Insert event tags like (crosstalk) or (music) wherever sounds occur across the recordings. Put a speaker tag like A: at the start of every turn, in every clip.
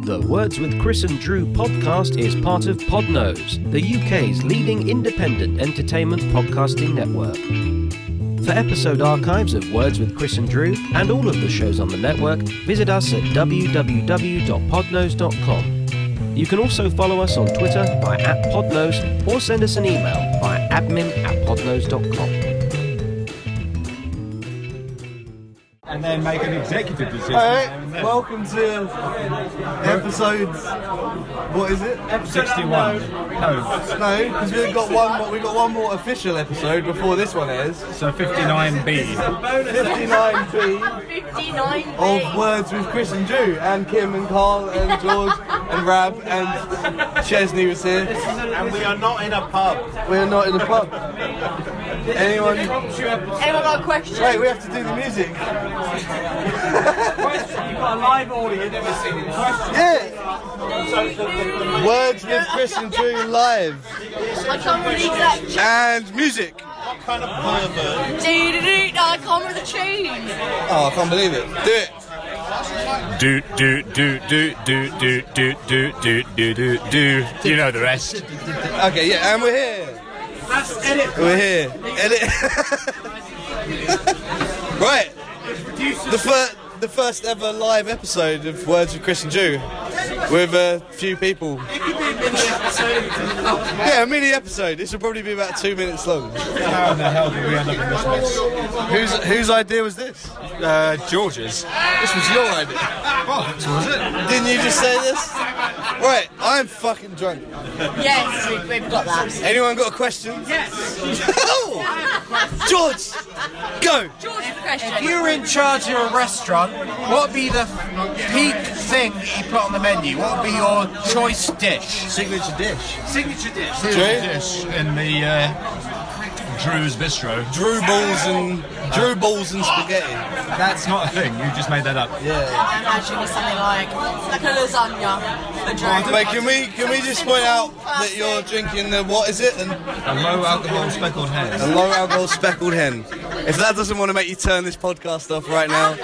A: The Words with Chris and Drew podcast is part of Podnose, the UK's leading independent entertainment podcasting network. For episode archives of Words with Chris and Drew and all of the shows on the network, visit us at www.podnose.com. You can also follow us on Twitter by at Podnose or send us an email by admin at podnose.com.
B: and then make an executive decision.
C: Uh,
D: All right, welcome to episodes. What is it?
B: Episode 61. No.
D: No, because we've got one. More, we've got one more official episode before this one is
B: So 59B.
D: 59B
E: 59
D: of words with Chris and Drew and Kim and Carl and George and Rab and Chesney was here.
F: And we are not in a pub.
D: We're not in the pub. Anyone?
E: Anyone got a question?
D: Wait, we have to do the music. Yeah. Words with Chris and Drew live
E: I can't remember the exact tune.
D: and music.
F: Kind of pervert.
E: Doo-doo-doo, I can't remember the tune.
D: Oh, I can't believe it. Do
G: Do
D: it.
G: do do do do do do do do do do do. You know the rest.
D: Okay, yeah, and we're here. We're here. Edit. (laughs) right. The first, the first ever live episode of Words with Chris and Jew, with a few people. Yeah, a mini episode. This will probably be about two minutes long.
B: How in the hell did we end up in this mess?
D: Whose whose idea was this?
B: Uh, George's.
D: This was your idea.
B: Bollocks, was it?
D: Didn't you just say this? Right, I'm fucking drunk.
E: Yes, we- we've got that.
D: Anyone got a question? (laughs) Yes. George, go.
E: George, the question.
C: you were in charge of a restaurant, what would be the peak thing that you put on the menu? What would be your choice dish?
D: Signature dish.
C: Signature dish.
D: Drew?
G: Dish in the uh, Drew's Bistro.
D: Drew balls and Drew balls and spaghetti.
B: That's not a thing. You just made that up.
D: Yeah.
E: I imagine it's something like, like a lasagna. A drink.
D: Wait, can we can we just point out that you're drinking the what is it? An,
B: A low alcohol speckled hair.
D: a low alcohol speckled hen. If that doesn't want to make you turn this podcast off right now, (laughs)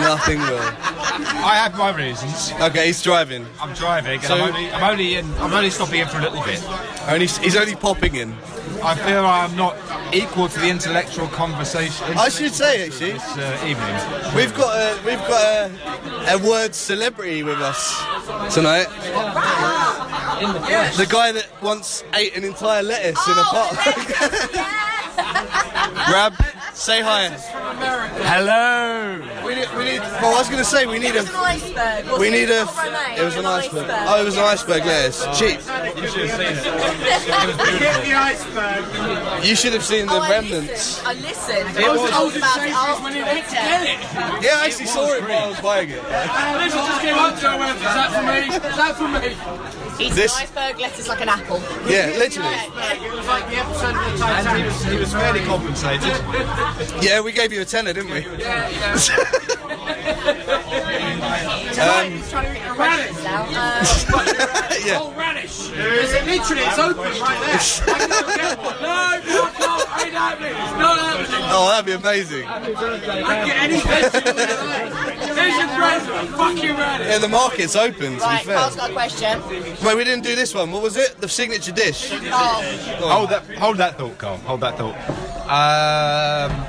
D: nothing will.
B: I have my reasons.
D: Okay, he's driving.
B: I'm driving. And
D: So-
B: I'm only. I'm only in. I'm only stopping in for a little bit.
D: Only he's only popping in.
B: I feel I am not equal to the intellectual conversation.
D: I should say actually,
B: This uh, evening.
D: we've got a we've got a, a word celebrity with us tonight. The guy that once ate an entire lettuce in a
E: Oh,
D: pot. (laughs)
E: (laughs)
D: Rab, say hi.
G: Hello.
D: We need, we need. Well, I was going to say we need
E: It was an
D: a.
E: iceberg. wasn't
D: We need a.
E: Not romaine,
D: It was an iceberg. Oh, it was an iceberg lettuce. Cheap.
B: You should have seen it.
D: You should have seen the
E: Oh, I
D: remnants.
E: listened. I listened. I was told about it after the picture.
D: Yeah, I actually saw it while I was buying it.
E: It's
D: This- Um,
E: an iceberg lettuce like an apple.
D: Yeah, literally.
B: And he was, he was fairly compensated.
D: Yeah, we gave you a tenner, didn't we? (laughs)
E: Tonight, he's trying to read radishes now. Uh,
D: Um, yeah.
H: Is it literally? (laughs) It's open right there. I can't get one. No, no, no, I ain't happening. It's not happening.
D: Oh, that'd be amazing.
H: I can get any vegetable in life. Here's your present. Fucking radish.
D: Yeah, the market's open. To be
E: right,
D: fair.
E: Carl's got a question.
D: Wait, we didn't do this one. What was it? The signature dish.
E: Oh,
B: Hold that, hold that thought, Carl. Hold that thought. Um,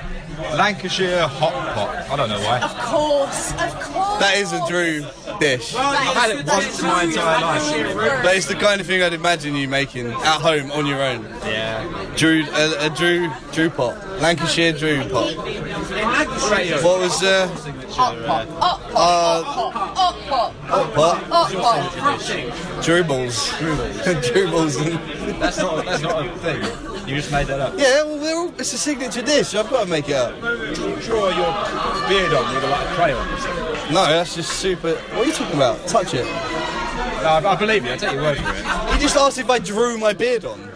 B: Lancashire hot pot. I don't know why.
E: of course, of course.
D: That is a Drew dish.
E: I've
B: had it once in my entire life.
D: But it's the kind of thing I'd imagine you making at home on your own.
B: Yeah.
D: Drew, a, a Drew, Drew pot, Lancashire Drew pot.
B: Radio.
D: What was uh,
E: Oh, oh, oh, oh, oh, oh,
D: pot?
E: oh, oh.
D: (laughs) Dribbles. Dribbles. and-
B: That's not. That's not a thing. You just made that up.
D: (laughs) Yeah, well, we're all, it's a signature dish. I've got to make it up.
B: Draw your beard on with a like crayon. or something.
D: No, that's just super. What are you talking about? Touch it.
B: No, I, I believe you. I take your word for it.
D: He just asked if I drew my beard on.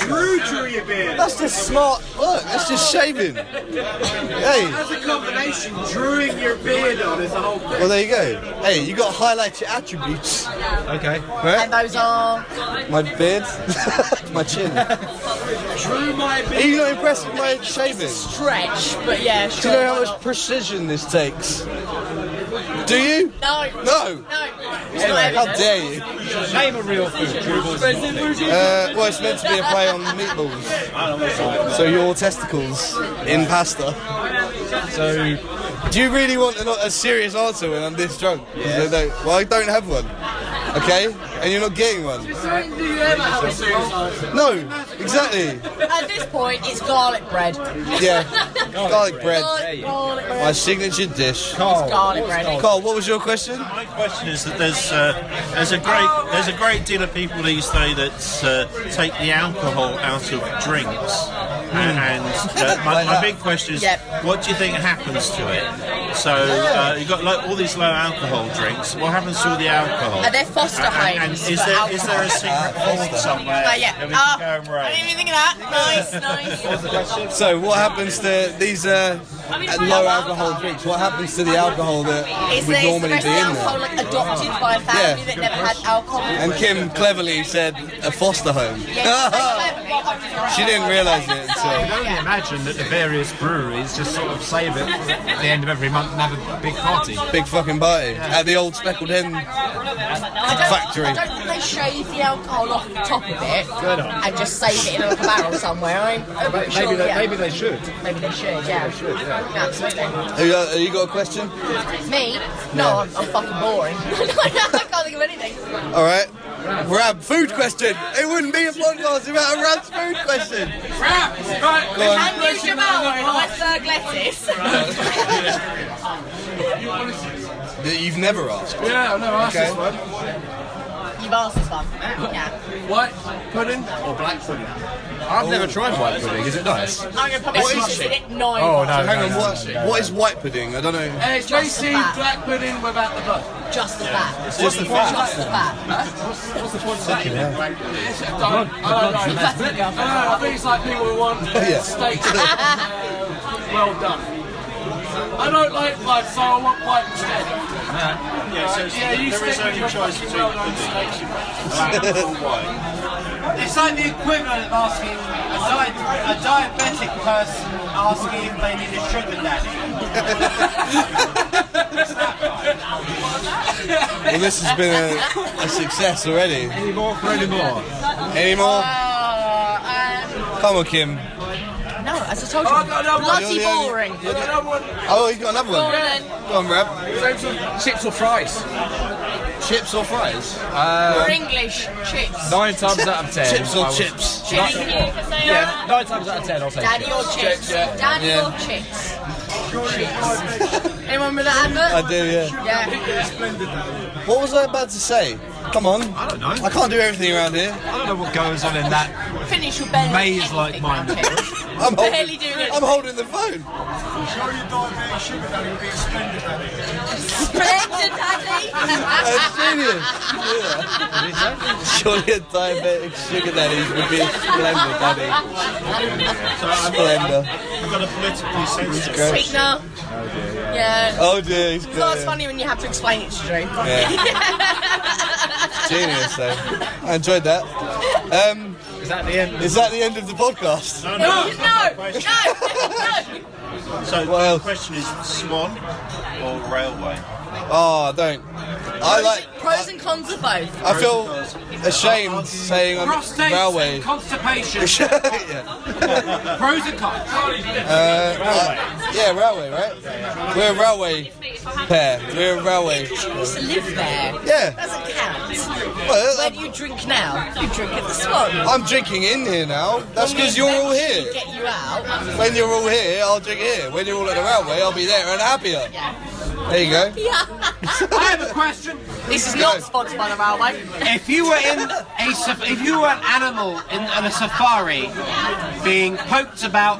H: Drew drew your beard.
D: That's just smart work. That's just shaving. Hey,
H: That's a combination. Drawing your beard on is the whole thing.
D: well there you go. Hey, you got to highlight your attributes.
B: Okay.
E: And those are
D: My beard, (laughs) my chin.
H: Drew my
D: Are
H: beard.
D: you not impressed with my shaving?
E: stretch, but yeah,
D: Do
E: sure.
D: you know how
E: why
D: much
E: not?
D: precision this takes? Do you?
E: No.
D: No.
E: No. It's not
D: How
E: evidence.
D: dare you?
I: Name a real food.
D: Uh, well, it's meant to be a play on meatballs. So your testicles in pasta.
I: So
D: Do you really want a, a serious answer when I'm this drunk? 'Cause I don't- well, I don't have one. Okay? And you're not getting one.
H: Do you ever have a serious answer?
D: No, exactly.
E: At this point, it's garlic bread.
I: (laughs)
D: Yeah. Garlic bread.
E: Garlic, garlic
D: My
E: bread.
D: signature dish.
E: It's garlic bread.
D: Carl, what was your question?
F: My question is that there's uh, there's a great there's a great deal of people these days that uh, take the alcohol out of drinks. And, and uh, my, my big question is,
E: Yep.
F: what do you think happens to it? So uh, you've got lo- all these low alcohol drinks. What happens to all the alcohol?
E: Are there foster
F: And- and-
E: homes
F: And, is,
E: for
F: there, is there a
E: alcohol?
F: secret vault somewhere
E: Oh, yeah.
F: that we
E: Ah,
F: can go and
E: I didn't
F: raid?
E: even think of that. Nice, nice.
D: So, what happens to these uh, low alcohol drinks? What happens to the alcohol that
E: It's
D: would
E: the, it's the
D: normally
E: best
D: be in
E: alcohol
D: there?
E: like, adopted by a family
D: Yeah.
E: that never had alcohol.
D: And Kim cleverly said a foster home. (laughs) She didn't realise it
I: I
D: until.
I: can only imagine that the various breweries just sort of save it at the end of every month and have a big party.
D: Big fucking party at the old Speckled Hen factory.
E: I don't think they shave the alcohol off the top of it and just save it in a little barrel somewhere. I'm, I'm pretty sure,
I: Maybe they,
E: yeah.
I: maybe they should.
E: Maybe they should, yeah. Absolutely.
D: Have you, have you got a question?
E: Me? No, I'm, I'm fucking boring. (laughs) I can't think of anything.
D: All right. Rab, food question. It wouldn't be a podcast without a Rab's food question.
H: Crap! Right,
D: Go on.
E: Can you Jamal with iceberg lettuce?
D: That you've never asked.
H: Yeah, no, I asked
D: Okay.
H: this one.
E: You've asked this one. Yeah.
H: White pudding or black pudding?
I: I've never tried white pudding. Is it nice?
E: I'm going to promise
D: What
E: you
D: is
E: just
D: it?
E: did it nine.
I: Oh no!
D: Hang
I: no,
D: on,
I: no,
D: what,
I: no, no, no.
D: what is white pudding? I don't know.
H: And it's
E: Just
H: basically
E: the fat.
H: black pudding without the blood.
E: Just the fat.
D: What's the
E: Just the fat.
H: It's- I don't, I don't know. I don't know. I think it's like people who want
D: Yeah.
H: steak well done. I don't like blood, so I want white instead.
F: Yeah, so
H: Yeah, you
F: there
H: stick
F: is
H: with
F: only
H: your
F: a choice
H: fucking
F: between
H: well done
F: pudding.
H: steaks. you bastard.
I: It's like the equivalent of asking a, di- a diabetic person asking if they need a sugar daddy.
D: Well, this has been a, a success already.
I: Any more for any more?
D: Any more?
E: Uh,
D: Come on, Kim.
E: um, no, as I told you,
H: Oh, no, no,
E: bloody
D: you're the only-
E: boring.
D: you're the-
H: I want
D: Oh, you got another one.
E: Gordon.
D: Go on, Rab.
H: James with chips or fries.
D: Chips or fries?
E: We're English chips.
I: Nine times out of ten.
D: Chips or
I: I would-
D: chips?
I: Yeah, nine times out of ten, I'll say.
E: Daddy or chips? Daddy
D: Yeah.
E: or chips? Chips. Anyone with that advert?
D: I do, yeah.
E: Yeah.
D: What was I about to say? Come on. I
I: don't know.
D: I can't do everything around here.
I: I don't know what goes on in that.
E: Finish your belly.
I: Maze like mine.
D: I'm
E: Barely
D: holding,
E: doing it.
D: I'm holding the phone.
E: Splendid,
D: (laughs) That's
E: Daddy.
D: genius. (laughs) Surely a diabetic sugar daddy would be a splendor daddy.
F: So I'm-
D: Splendor.
F: I've got a politically sensitive
E: Sweetener. Yeah.
D: Oh dear, he's
E: It's not as
D: good.
E: funny when you have to explain it to Drew.
D: Genius though. I enjoyed that. Um,
I: Is that the end?
D: is that the end of the podcast?
E: (laughs)
F: No,
E: No,
F: no.
E: no, no.
D: What
F: So the
D: else?
F: question is Swan or Railway?
D: Oh, don't. I (laughs) like.
E: Pros and cons of both.
D: I feel ashamed saying I'm
H: Prostate
D: railway.
H: and constipation.
D: (laughs) yeah.
H: Pros and cons.
D: I- yeah, railway, right? We're a railway pair. We're a railway.
E: You used to live there.
D: Yeah.
E: Doesn't count.
D: Well,
E: Where
D: I'm-
E: do you drink now? You drink at the Swan.
D: I'm drinking in here now. That's because you're all here.
E: Get you out.
D: When you're all here, I'll drink here. When you're all at the railway, I'll be there and happier. There you go.
E: Yeah.
H: I have a question.
E: this is not sponsored by the railway.
I: If you were in a saf- if you were an animal in, on a safari, being poked about,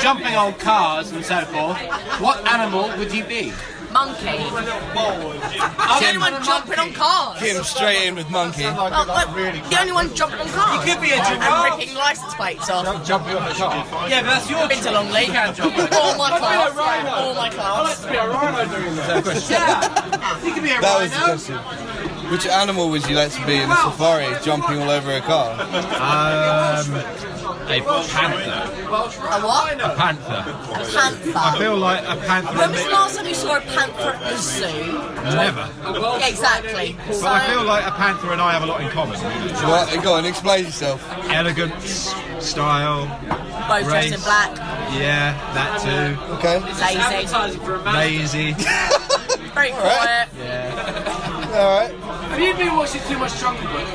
I: jumping on cars and so forth, what animal would you be?
E: Monkey. I'm the only one jumping on cars.
D: Kim straight in with monkey.
E: Well, but the only one jumping on cars.
I: You could be a
E: And
I: giraffe.
E: ripping license plates off.
I: Jumping on a car. Yeah, but that's your
E: Been to Longley. All my class. All my class.
H: Be a rhino doing that.
I: You could be a
D: That was the
I: rhino.
D: question. Which animal would you like to be in a safari jumping all over a car?
J: a panther.
E: A what?
J: A panther.
E: A panther.
J: I feel like a
E: When was the
J: panther.
E: last time you saw a panther at the zoo?
J: Never.
E: Yeah, exactly.
J: But
E: So,
J: I feel like a panther and I have a lot in common.
D: Well, go on, explain yourself.
J: Elegance, style,
E: both dressed in
J: race.
E: black,
J: yeah, that too.
D: Okay.
E: lazy,
I: (laughs)
J: Lazy.
E: very quiet.
D: All right.
H: Have you been watching too much Jungle
D: (laughs)
H: Book?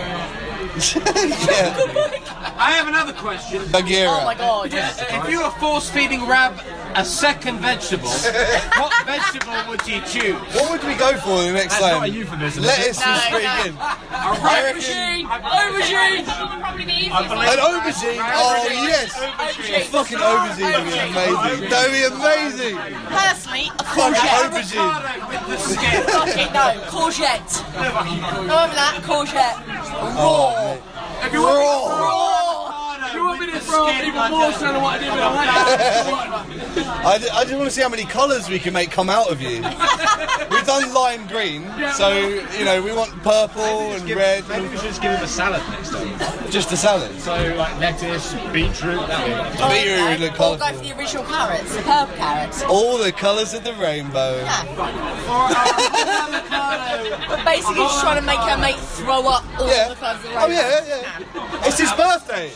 D: yeah.
H: I have another question.
E: Oh my
D: Bagheera.
E: god.
I: If you were force feeding Rab a second vegetable, what
D: (laughs)
I: vegetable would you choose?
D: What would we go for the next
J: That's
D: time?
J: not a euphemism. is it?
D: Lettuce
E: No,
D: is pretty
E: no.
D: good.
H: I
D: reckon-
H: Aubergine! Aubergine!
D: An aubergine. Oh yes. Fucking aubergine would be amazing. That would be amazing.
E: Personally, a
D: Fucking
E: courgette.
D: aubergine.
I: With the skin.
E: Fucking no, courgette. No, over that, courgette.
D: Oh,
H: If you want me to throw-
E: Oh,
H: if you want me to throw up even more so than what I did with a leg.
D: I, ju- I just want to see how many colours we can make come out of
E: (laughs)
D: you. We've done lime green, so you know we want purple and
J: Give-
D: red.
J: Maybe we should just give him a salad next time.
D: Just a salad.
J: So like lettuce, beetroot, that
D: I bet you would
E: okay.
D: look
E: Or go for
D: colourful.
E: the original carrots, the herb carrots.
D: All the colours of the rainbow.
E: Yeah. But basically, just trying to make her mate throw up all
D: Yeah.
E: the colours of the
D: Oh
E: rainbow.
D: yeah, yeah. yeah. It's his birthday.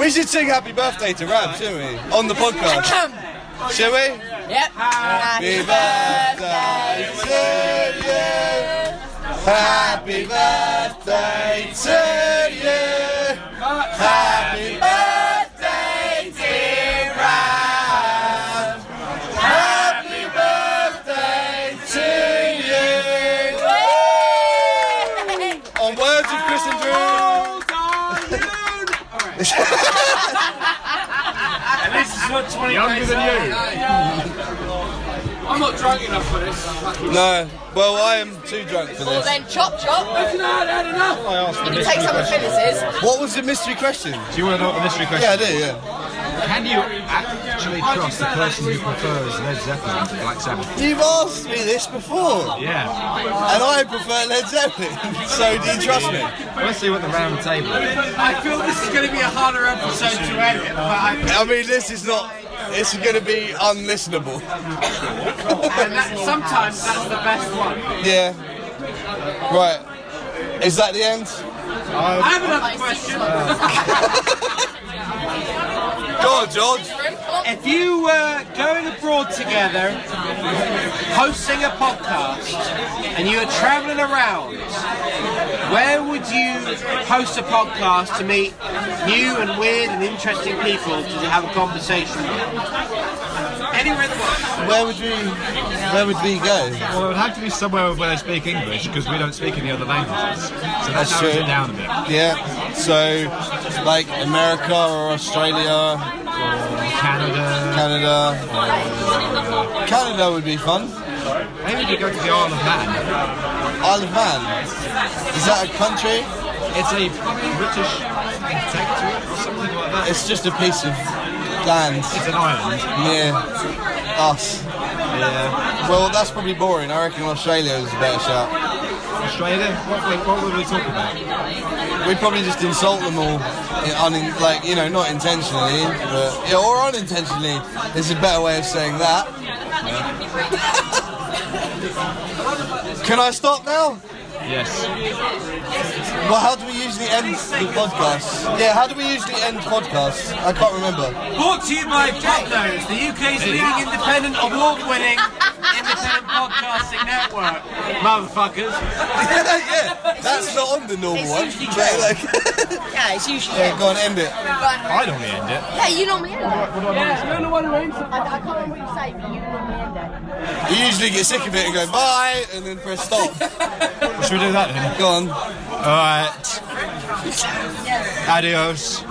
D: We should sing happy birthday to Rab, shouldn't we? On the podcast,
E: Come.
D: shall we?
E: Yep. Happy
D: Happy birthday to you. Happy birthday to you. Happy birthday, dear Ram. Happy birthday to
E: birthday.
D: you. On words of Chris and Drew.
J: way. Younger than you.
H: I'm not drunk enough for this.
D: No, well, I am too drunk for
E: Well
D: this.
E: then, chop chop.
H: No, I had enough.
J: I asked the
E: You
J: mystery
E: take some of
J: question.
E: Phyllis's.
D: What was the mystery question?
J: Do you want to know what the mystery question
D: Yeah, I
J: is?
D: do. Yeah.
J: Can you actually trust the person who prefers Led Zeppelin to Black Sabbath?
D: You've asked me this before,
J: Yeah.
D: and I prefer Led Zeppelin. (laughs) so do you trust me?
J: Let's see what the round table is.
I: I feel this is going to be a harder episode to edit, but I,
D: I mean, this is not. It's going to be unlistenable.
I: and that, sometimes that's the best one.
D: Yeah. Right. Is that the end?
H: I have another question.
D: Go on, George.
I: If you were going abroad together, hosting a podcast, and you were travelling around, where would you host a podcast to meet new and weird and interesting people to have a conversation with? Anywhere in the world.
D: Where would we? Where would we go?
J: Well, it would have to be somewhere where they speak English because we don't speak any other languages. So that
D: That's
J: narrows
D: true.
J: it down a bit.
D: Yeah. So, like America or Australia,
J: Canada.
D: Canada. Canada would be fun.
J: Maybe you go to the Isle of Man.
D: Isle of Man. Is that a country?
J: It's a British protectorate or something like that.
D: It's just a piece of land
J: It's an island.
D: near us. Yeah. Well, that's probably boring. I reckon Australia is a better shout.
J: Australia? What, what would we talk about?
D: We probably just insult them all, in- unin like you know, not intentionally, but yeah, or unintentionally. There's a better way of saying that. Can I stop now?
J: Yes.
D: Well, how do we usually end the podcast? Yeah, how do we usually end podcasts? I can't
J: (laughs)
D: remember.
I: Brought to you by Podnose, the UK's leading independent, award-winning independent podcasting network. Motherfuckers.
D: yeah, that's not on the normal
E: It's
D: one.
E: usually
D: Yeah, like- (laughs)
E: Yeah, it's usually
D: yeah,
E: it.
D: go on, end it.
E: But
J: I normally end it.
E: yeah, you normally end it.
H: Yeah, you're the one who ends it.
E: I, I can't remember what you say, but you normally end it.
D: You usually get sick of it and go bye, and then press
J: (laughs)
D: stop.
J: Should we do that then?
D: go on.
J: Alright. Adios.